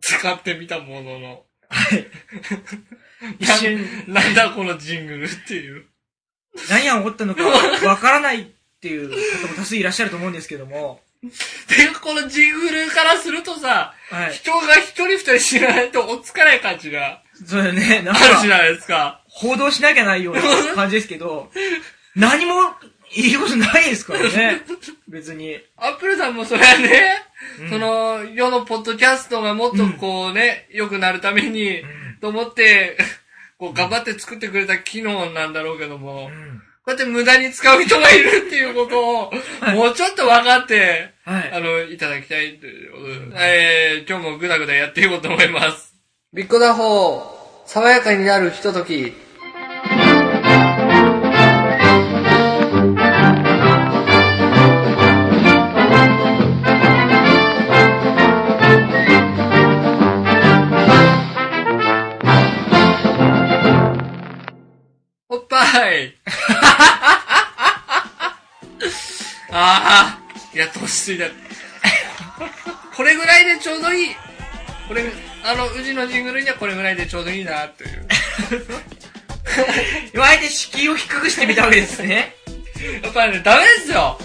使ってみたものの、はい。一瞬、なんだこのジングルっていう。 何が起こったのかわからないっていう方も多数いらっしゃると思うんですけども、てか、このジングルからするとさ、はい。人が一人二人知らないと落ち着かない感じ がそうだね、なんあるじゃか、ないですか。報道しなきゃないような感じですけど、何もいいことないですからね。別に。アップルさんもそれはね、うんそ、の、世のポッドキャストがもっとこうね、良、くなるために、うと思って、こう頑張って作ってくれた機能なんだろうけども、んうんこうやって無駄に使う人がいるっていうことを、はいもうちょっと分かって、はい。あの、いただきたいということで、えー、今日もぐだぐだやっていこうと思います。ビッコダホー、爽やかになるひととき。おっぱいああ、いや、年ついだ。 これぐらいでちょうどいい。これ、あの、宇治のジングルにはこれぐらいでちょうどいいな、という。あえて敷居を低くしてみたわけですね。やっぱりね、ダメですよ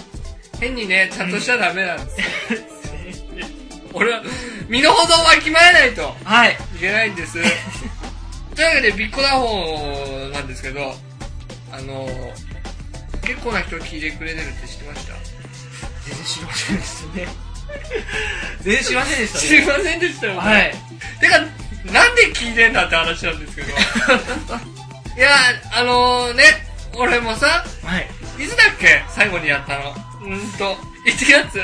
変にね、ちゃんとしちゃダメなんですよ。 俺は、身の程をわきまえないとはい。いけないんです。というわけで、ビッコダホンなんですけど、あの、結構な人聞いてくれてるって知ってました全然知りませんでしたね。全然知りませんでした知 ね。りませんでしたよね。はい。てか、なんで聞いてんだって話なんですけ ど。いや、あのね、俺もさ、はい。いつだっけ最後にやったの。うーんと、1月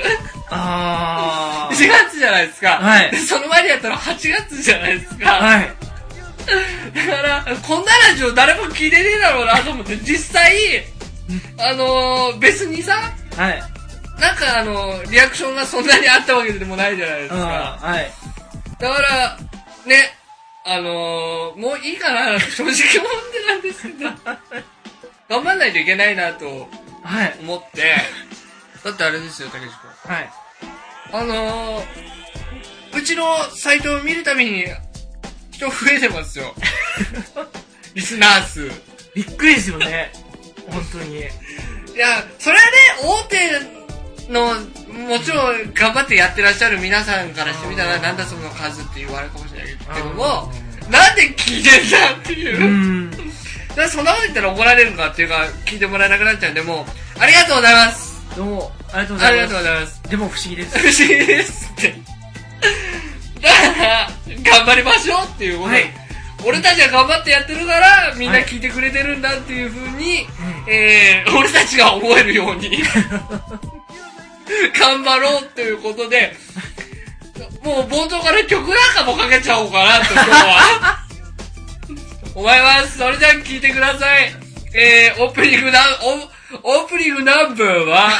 あ ?1 月じゃないですか。はいでその前にやったの8月じゃないですか。ー。はい。だから、こんなラジオ誰も聞いてねえだろうなと思って、実際、あのー、別にさ、はい。なんかあのーリアクションがそんなにあったわけでもないじゃないですあか。ーはい。だから、ね、あのー、 もういいかな、正直思ってなんですけど、頑張んないといけないなとはい。思って、だってあれですよ、たけし君。はい。あのー、うちのサイトを見るたびに人増えてますよ。リスナー数。いびっくりですよね。本当に。や、それはね、大手の、もちろん頑張ってやってらっしゃる皆さんからしてみたら、なんだその数って言われるかもしれないけども、なんで聞いてんだっていうう。ん。だからそんなこと言ったら怒られるかっていうか、聞いてもらえなくなっちゃうんで、もう、ありがとうございます。どうも、ありがとうごあざりいがとうまございます。す。でも不思議です。不思議ですって。 だから、頑張りましょうっていうこと、はい俺たちが頑張ってやってるから、みんな聞いてくれてるんだっていうふうに、えー、俺たちが覚えるように、 頑張ろうっていうことで、もう冒頭から曲なんかもかけちゃおうかなと、今日 は。思います。それでは聞いてください。えー、オープニングナオオープニングナンバー は、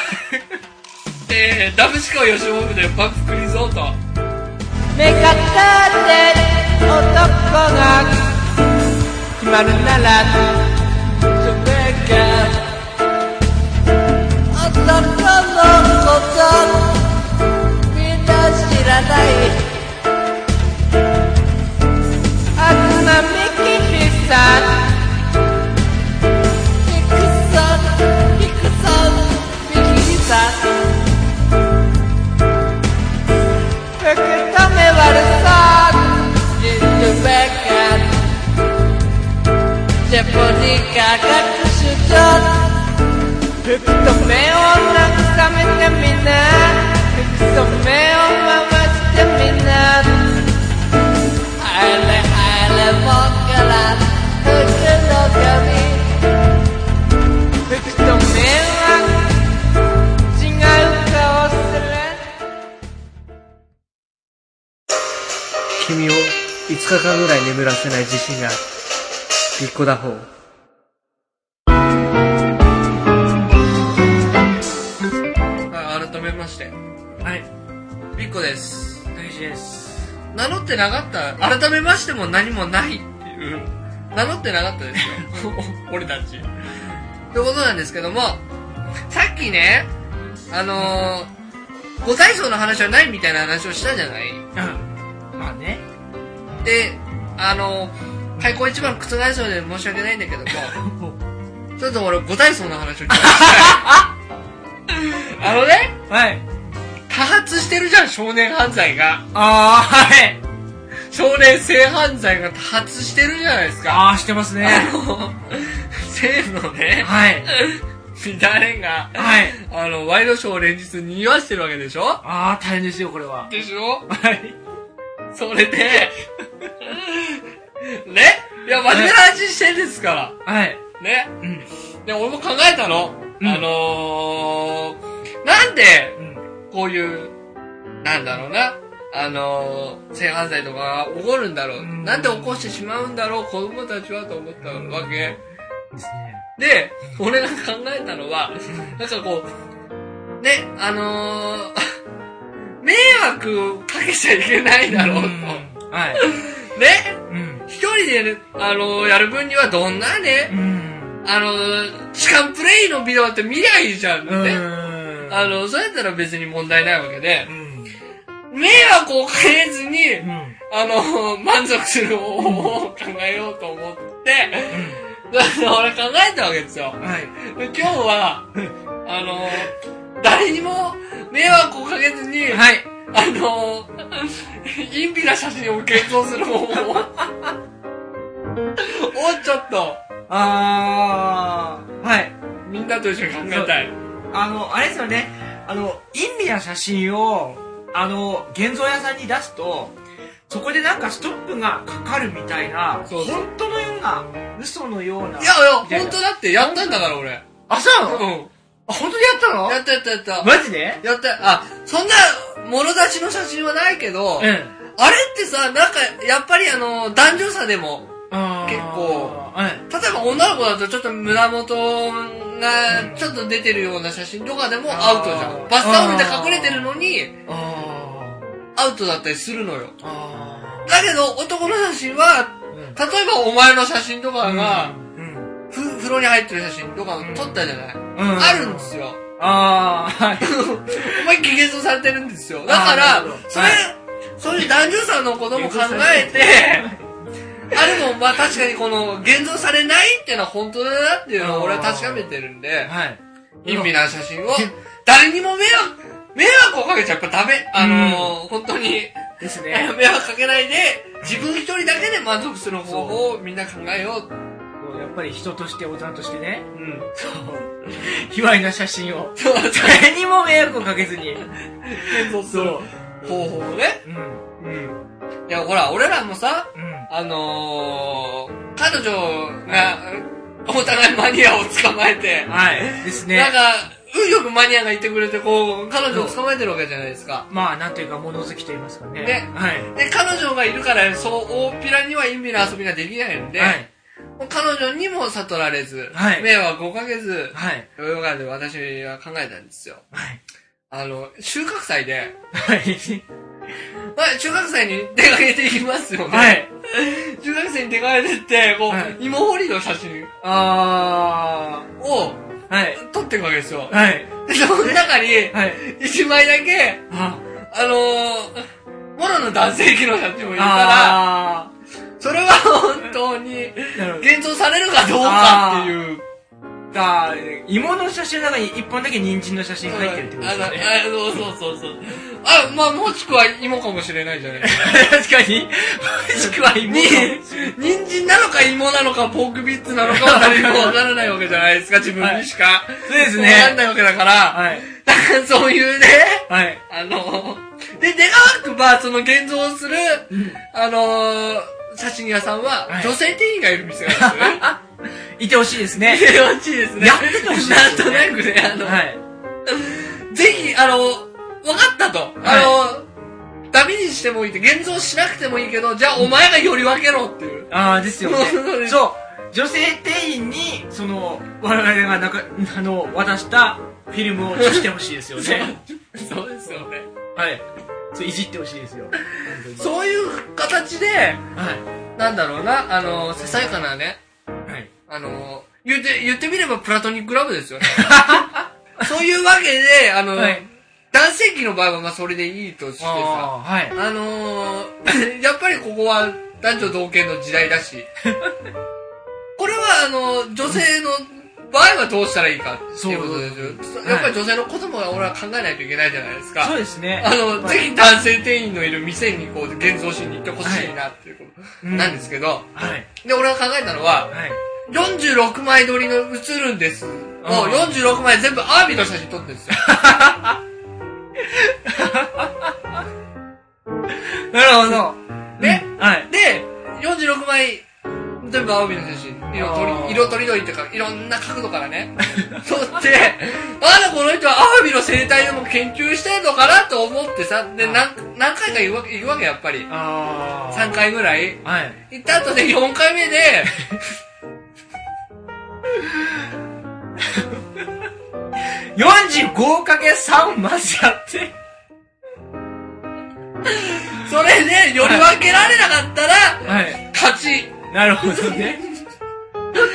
えー、ダブシカヨシモブでパンプクリゾート。目が立ってる男が決まるならそれが男のことみんな知らないあつなみきりさんミクソンミクソンみきりさんPerché me valsar Into backup Se poni cagar tu sudor Perché o langsame terminar Perché o mamas terminar Alle alle vocalar Perché no cami Perché me va 違う顔する君を5日間ぐらい眠らせない自信がある。びっこだほう。はい、改めまして。はい。ピッコです。大事です。名乗ってなかった。改めましても何もないっていう。名乗ってなかったですよ。俺たち。ってことなんですけども、さっきね、あのー、ご体操の話はないみたいな話をしたじゃないうん。まあね。で、あの、開口一番覆そうで申し訳ないんだけども、ちょっと俺、五体操の話を聞きましたい。 あのね、はい。多発してるじゃん、少年犯罪が。あー、はい。少年性犯罪が多発してるじゃないですか。あー、してますね。あの、性のね、はい。乱れが、はい。あの、ワイドショーを連日にぎわしてるわけでしょあー、大変ですよ、これは。でしょはい。それで、 ねいや、真面目な話してんですから。はい。ねうん。で、俺も考えたの。うんあのー、なんで、うん。こういう、なんだろうな、あのー、性犯罪とかが起こるんだろう。うんなんで起こしてしまうんだろう、子供たちはと思ったわけ。ですね。で、俺が考えたのは、なんかこう、ね、あのー、 迷惑かけちゃいけないだろうと。うんはい。ねうん。一人でね、あのー、やる分にはどんなね、うん。あのー、痴漢プレイのビデオって見りゃいいじゃんうね。ん。あの、そうやったら別に問題ないわけでう、ん。迷惑をかけずに、うん。あの、満足する方法を考えようと思って、だから俺考えたわけですよ。はい。で今日は、あの、誰にも迷惑をかけずに、はい。あの、インビな写真を検討する方法を、をちょっと、あー、はい。みんなと一緒に考えたい。あの、あれですよね。あの、意味な写真を、あの、現像屋さんに出すと、そこでなんかストップがかかるみたいな、そうそう本当のような、嘘のような。いやみいや、た本当だってやったんだから俺。あ、そうなの、うあ、本当にやったのん。やったやったやった。マジでやった、あ、そんな、物立ちの写真はないけど、あれん。ってさ、なんか、やっぱりあの、男女差でも、結結構、うん。例えば女の子だとちょっと胸元が、ちょっと出てるような写真とかでもアウトじゃあん。ーバスタオルで隠れてるのに、あアウトだったりするのよ。ーあだけど、男の写真は、ー。うん例えばお前の写真とかが、うん。ふ風呂に入ってる写真とか撮ったじゃない、うんあるんです よ。あー、 はい。お前激増されてるんですよ。だかあーならるほ、どそれ、はいそういう男女差のことも考えて、あ、でもまあ確かにこの、現像されないっていうのは本当だなっていうのを俺は確かめてるんで、はい。意味な写真を、誰にも迷惑、迷惑をかけちゃやっぱダメ。あのー、本当に、です迷ね。惑かけないで、自分一人だけで満足する方法をみんな考えよう。こうやっぱり人として、大人としてね、うん。そう。卑猥な写真を。そう、そう誰にも迷惑をかけずに。現像するそう。方法をね。うん。うん。いや、ほら、俺らもさ、うん。あのー、彼女が、お互いマニアを捕まえて、はい。ですなんね。か、運よくマニアがいてくれて、こう、彼女を捕まえてるわけじゃないですか。まあ、なんというか、物好きと言いますかね。ねはい。で、彼女がいるから、そう、大っぴらにはインビな遊びができないんで、はい。もう彼女にも悟られず、はい迷惑をかけず、はい。ヨガで私は考えたんですよ。はい。あの、収穫祭で、はい。まあ、収穫祭に出かけていきますよね。はい。収穫祭に出かけてって、こう、はい芋掘りの写真あをー。はい。撮っていくわけですよ。はい。でその中に、はい。一枚だけ、ああのー、モロの男性器の写真もいるから、あそれは本当に、ー。なるほど。現像されるかどうかっていう。だ芋の写真の中に一本だけ人参の写真が入ってるってことあですの、あね。そうそうそうそう。あ、まあ、もしくは芋かもしれないじゃない確かに。もしく は 芋に、人参なのか芋なのかポークビッツなのかは誰にもわからないわけじゃないですか、自分にしか。そうですねわかんないわけだから、はい。だから そういうね、はい。あの、で、願わくば、その現像をする、あの写真屋さんは、はい女性店員がいる店なんですよね。いてほしいですね。よろしいですね。やっててほしいでなんすとねなくね、あの、はい。ぜひ、あの、分かったと。あの、ダメにしてもいいって、現像しなくてもいいけど、じゃあお前がより分けろって いう。ああ、ですよそうでね。すそう。女性店員に、その、我々がなか、 あの、渡したフィルムをしてほしいですよね。そうですよね。はい。そう、いじってほしいですよ。そういう形で、はい。なんだろうな、あの、ささやかなね、はい。あの、言って、言ってみればプラトニックラブですよね。そういうわけで、あの、はい男性器の場合はまあそれでいいとしてさ、ああ、は い。あのーやっぱりここは男女同権の時代だ し。これは、あの、女性の場合はどうしたらいいかっていうことですよ。そうやっぱり女性のことも俺は考えないといけないじゃないですか。そうですね。あの、はぜいひ男性店員のいる店にこう、現像しに行ってほしいなっていうことはいなんですけど、はい。で、俺が考えたのは、はい。 46枚撮りの映るんです。もう46枚全部アワビの写真撮ってるんですよ。なるほど。ねはい。で、46枚、全部アワビの写真、色とあーり、色とりどりとか、いろんな角度からね、 撮って、あだこの人はアワビの生態でも研究してんのかなと思ってさ、で、何何回か言うわけ、言うわけやっぱり。あー。 3回ぐらい。はい。行った後で4回目 で、 45かけ3まずやって。それで、より分けられなかったら、はい。勝ち。なるほどね。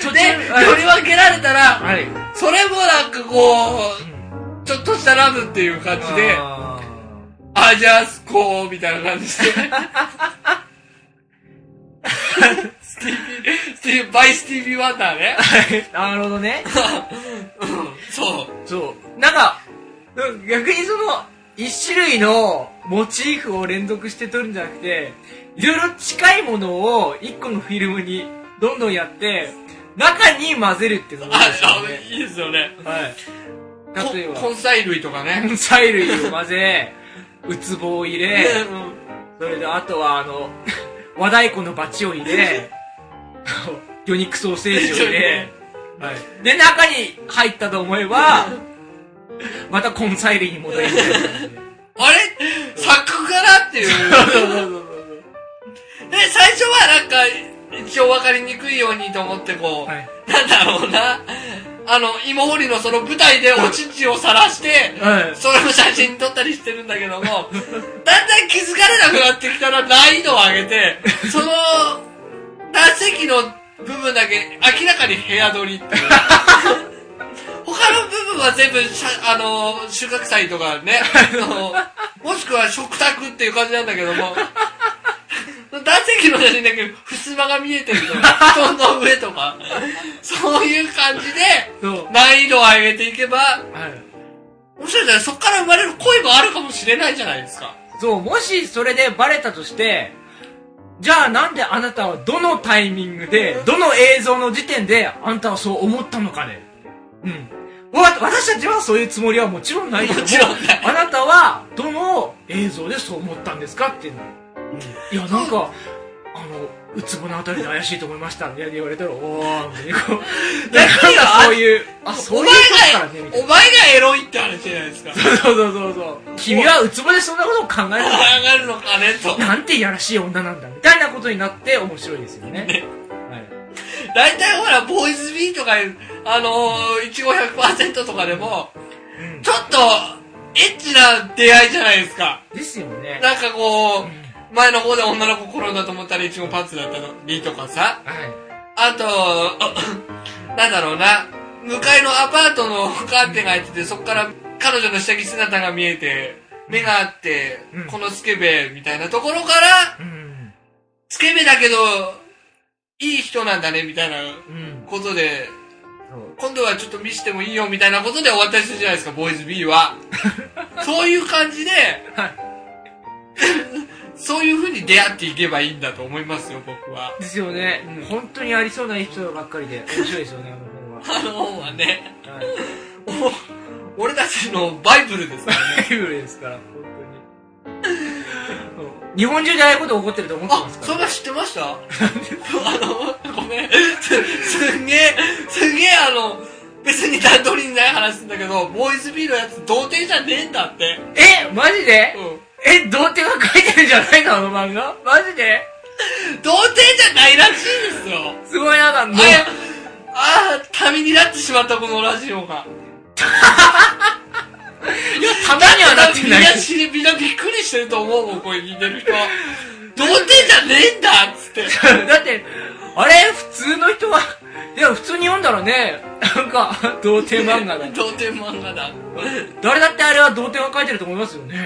途で、より分けられたら、はい。それもなんかこう、ちょっとしたラブっていう感じで、ああ、じゃあ、こう、みたいな感じで。スティービー、スティービー、バイスティービーワンダーね。ーなるほどね。うんそう。そう。なんか、うん逆にその、一種類のモチーフを連続して撮るんじゃなくて、いろいろ近いものを一個のフィルムにどんどんやって、中に混ぜるってことであ、すよあね。いいですよね。はい。例えば、 根菜類とかね。根菜類を混ぜ、ウツボを入れ、 うんそれであとはあの 和太鼓のバチを入れ 魚肉ソーセージを入れ、はい、で中に入ったと思えば また根菜類に戻りみ たいな感じであれ作画だっていう。で、最初はなんか、一応分かりにくいようにと思ってこう、はいなんだろうな、あの、芋掘りのその舞台でお乳を晒して、はいそれの写真撮ったりしてるんだけども、だんだん気づかれなくなってきたら難易度を上げて、その、何席の部分だけ明らかに部屋撮りっていう。他の部分は全部しゃ、あの、収穫祭とかね、あの、もしくは食卓っていう感じなんだけども、男性器の写真だけ、襖が見えてるとか、布団の上とか、そういう感じで、そう、は難易度を上げていけば、い、もしかしたらそこから生まれる恋もあるかもしれないじゃないですか。そうもしそれでバレたとしてじゃあなんであなたはどのタイミングでどの映像の時点であんたはそう思ったのかねうんわ私たちはそういうつもりはもちろんないけどももちろんないあなたはどの映像でそう思ったんですかっていうのいやなんかあのうつぼのあたりで怪しいと思いましたみたいな言われたらおーみたいなこうなん何がかそういうあそうおいう前ことからがねみ、たいおな前がエロいって話じゃないですか。考 そうそうそうそう君はうつぼでそんなことを考えないえるのかねと。なんていやらしい女なんだみたいなことになって面白いですよね。大体ほら、ボーイズビーとかいう、あのー、1500%とかでも、うんちょっと、エッチな出会いじゃないですか。ですよね。なんかこう、前の方で女の子転んだと思ったらイチゴパンツだったのりとかさ。はい。あと、 なんだろうな、向かいのアパートのカーテンが開いてて、そこから彼女の下着姿が見えて、目があって、うんこのスケベみたいなところから、うん。スケベだけど、いい人なんだね、みたいなうん。ことで、そう。今度はちょっと見せてもいいよみたいなことで終わったりするじゃないですか、ボーイズ B は。 そういう感じで、は そういう風に出会っていけばいいんだと思いますよ、僕は。い。ですよね、うん本当にありそうないい人ばっかりで面白いですよね、あの本は。あの本はね、はい。お俺たちのバイブルですからね。ライブですから、本当に。そう日本中でああいうこと起こってると思ってあます、かそら。んな知ってましたあの、ごめん。すすんげえ、すんげえあの、別に段取りにない話すんだけど、ボーイズビーのやつ童貞じゃねえんだって。え、マジで、うん。え、童貞が書いてるんじゃないのあの漫画マジで童貞じゃないらしいですよ。すごいなんかもうあや、あー、ためになってしまったこのラジオが。いや、ためにはなってないみんな知り、みんなびっくりしてると思うもん、これ聞いてる人。童貞じゃねえんだっつって。 だって、あれ、普通の人は、いや、普通に読んだらね、なんか、童貞漫画だ。童貞漫画だ。ね。誰だってあれは童貞が書いてると思いますよね。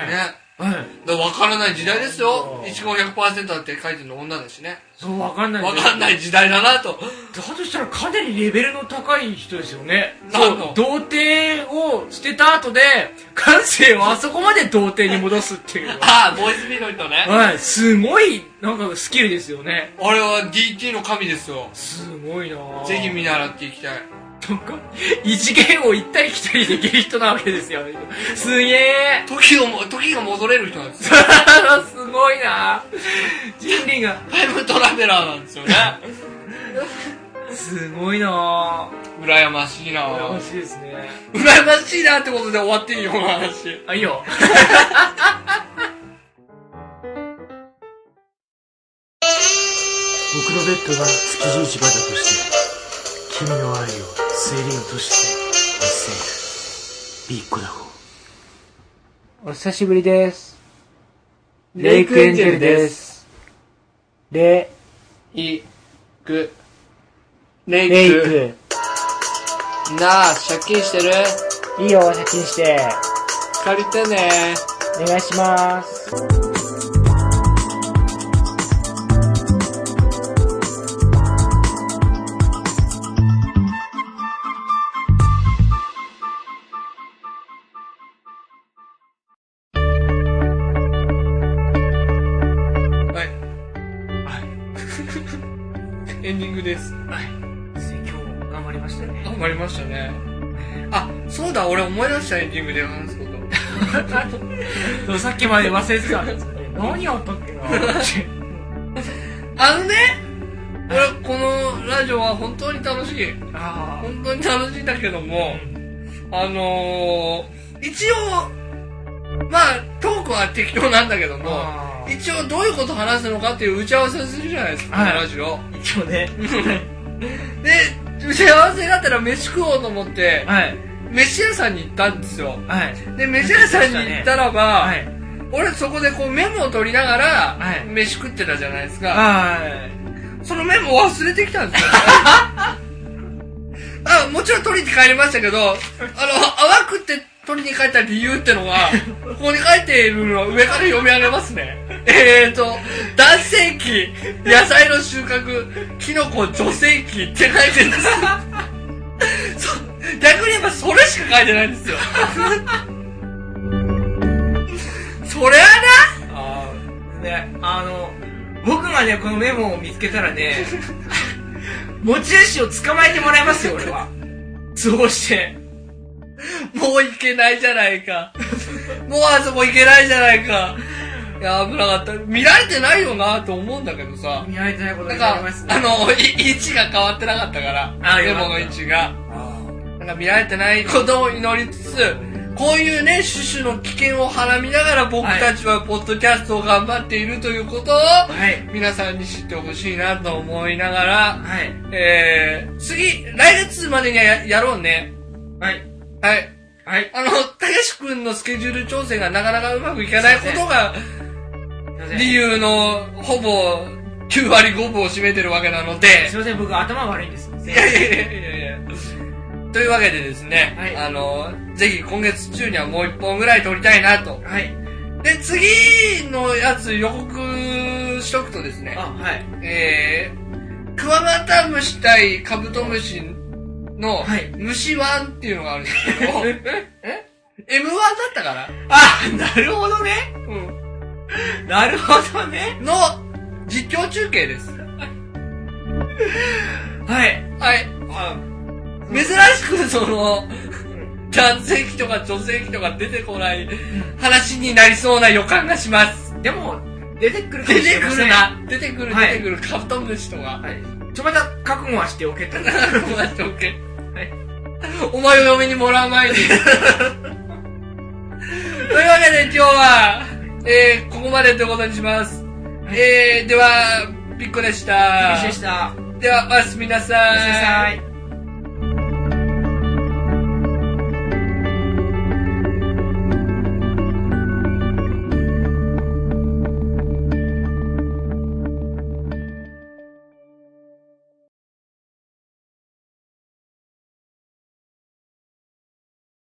はい。だから分からない時代ですよあ。ー一言100%だって書いてるの女だしね。そう、わかんない。。分かんないい時代だなと。だとしたらかなりレベルの高い人ですよね。なんそうの童貞を捨てた後で、感性をあそこまで童貞に戻すっていうの は。ああ、ボーイスピード人ね。はい、すごい、なんかスキルですよね。あれは DT の神ですよ。すごいなぁぜひ見習っていきたい。なんか、異次元を行ったり来たりできる人なわけですよ。すげえ時をも、時が戻れる人なんですよ。すごいな人類が、タイムトラベラーなんですよ ね。すごいな羨ましいな羨まぁ。しいですね。羨ましいなってことで終わっていいよ、この話。あ、いいよ。僕のベッドが築地市場だとして君の愛を生理として見せるビッグだほお久しぶりです。。レイクエンジェルですレ、いく。レレイ。ク。なあ、借金してるいいよ、借金して。借りてねお願いします。はい。 エンディングです。今日も頑張りましたね。頑張りましたね。あ、そうだ、俺思い出したエンディングで話すこと。そうさっきまで忘れてたんですけど何やったっけなあのね、俺、このラジオは本当に楽しい。あ本当に楽しいんだけども、あのー、一応、まあ、トークは適当なんだけどもあ、ー一応どういうこと話すのかっていう打ち合わせをするじゃないですか、はいこのラジオ。あ一応ねで、打ち合わせだったら飯食おうと思って、はい飯屋さんに行ったんですよ。はいで、飯屋さんに行ったらば、はい俺そこでこうメモを取りながら、はい飯食ってたじゃないですか。はいそのメモを忘れてきたん ですよ。あもちろん取りに帰りましたけど、あの、淡くって取りに帰った理由っての が、ここに書いているのは上から読み上げますね。えーと、男性器、野菜の収穫、キノコ女性器って書いてるん ですそ逆に言えばそれしか書いてないんですよ。それはな、ああねあの僕がねこのメモを見つけたらね持ち主を捕まえてもらいますよ俺は通報してもう行けないじゃないか。もうあそこ行けないじゃないか。いや、危なかった。見られてないよなと思うんだけどさ。見られてないことなんになかります、ねあの、い位置が変わってなかったから。あメよかったモの位置が。なんか見られてないことを祈りつつ、こういうね、種々の危険をはらみながら僕たちはポッドキャストを頑張っているということを、はい皆さんに知ってほしいなと思いながら、はいえー、次、来月までにはややろうね。はいはい。はいあの、たけし君のスケジュール調整がなかなかうまくいかないことが、すいません理由のほぼ9割5分を占めてるわけなので、すいません僕頭悪いんですすいませいんやいやいやいやいや。というわけでですね、はいあの、ぜひ今月中にはもう一本ぐらい撮りたいなと。はいで、次のやつ予告しとくとですね、あはいえー、クワガタムシ対カブトムシのはい虫ワンっていうのがあるんですけ ど、え ?M1 だったかなあなるほどねうん。なるほどねの実況中継です。はいはい。あ珍しくその、男性器とか女性器とか出てこない話になりそうな予感がします。でも、出てくるかも出しれてまくせるん。な。出てくる、はい出てくる。カブトムシとか。はい。ちょ、また覚悟はしておけ と。はこうなっておけ。 お前を嫁にもらう前 に。というわけで今日は、えー、ここまでということにします。えー、では、ピッコでした。い。でした。おやでは、おやすみなさすみなさい。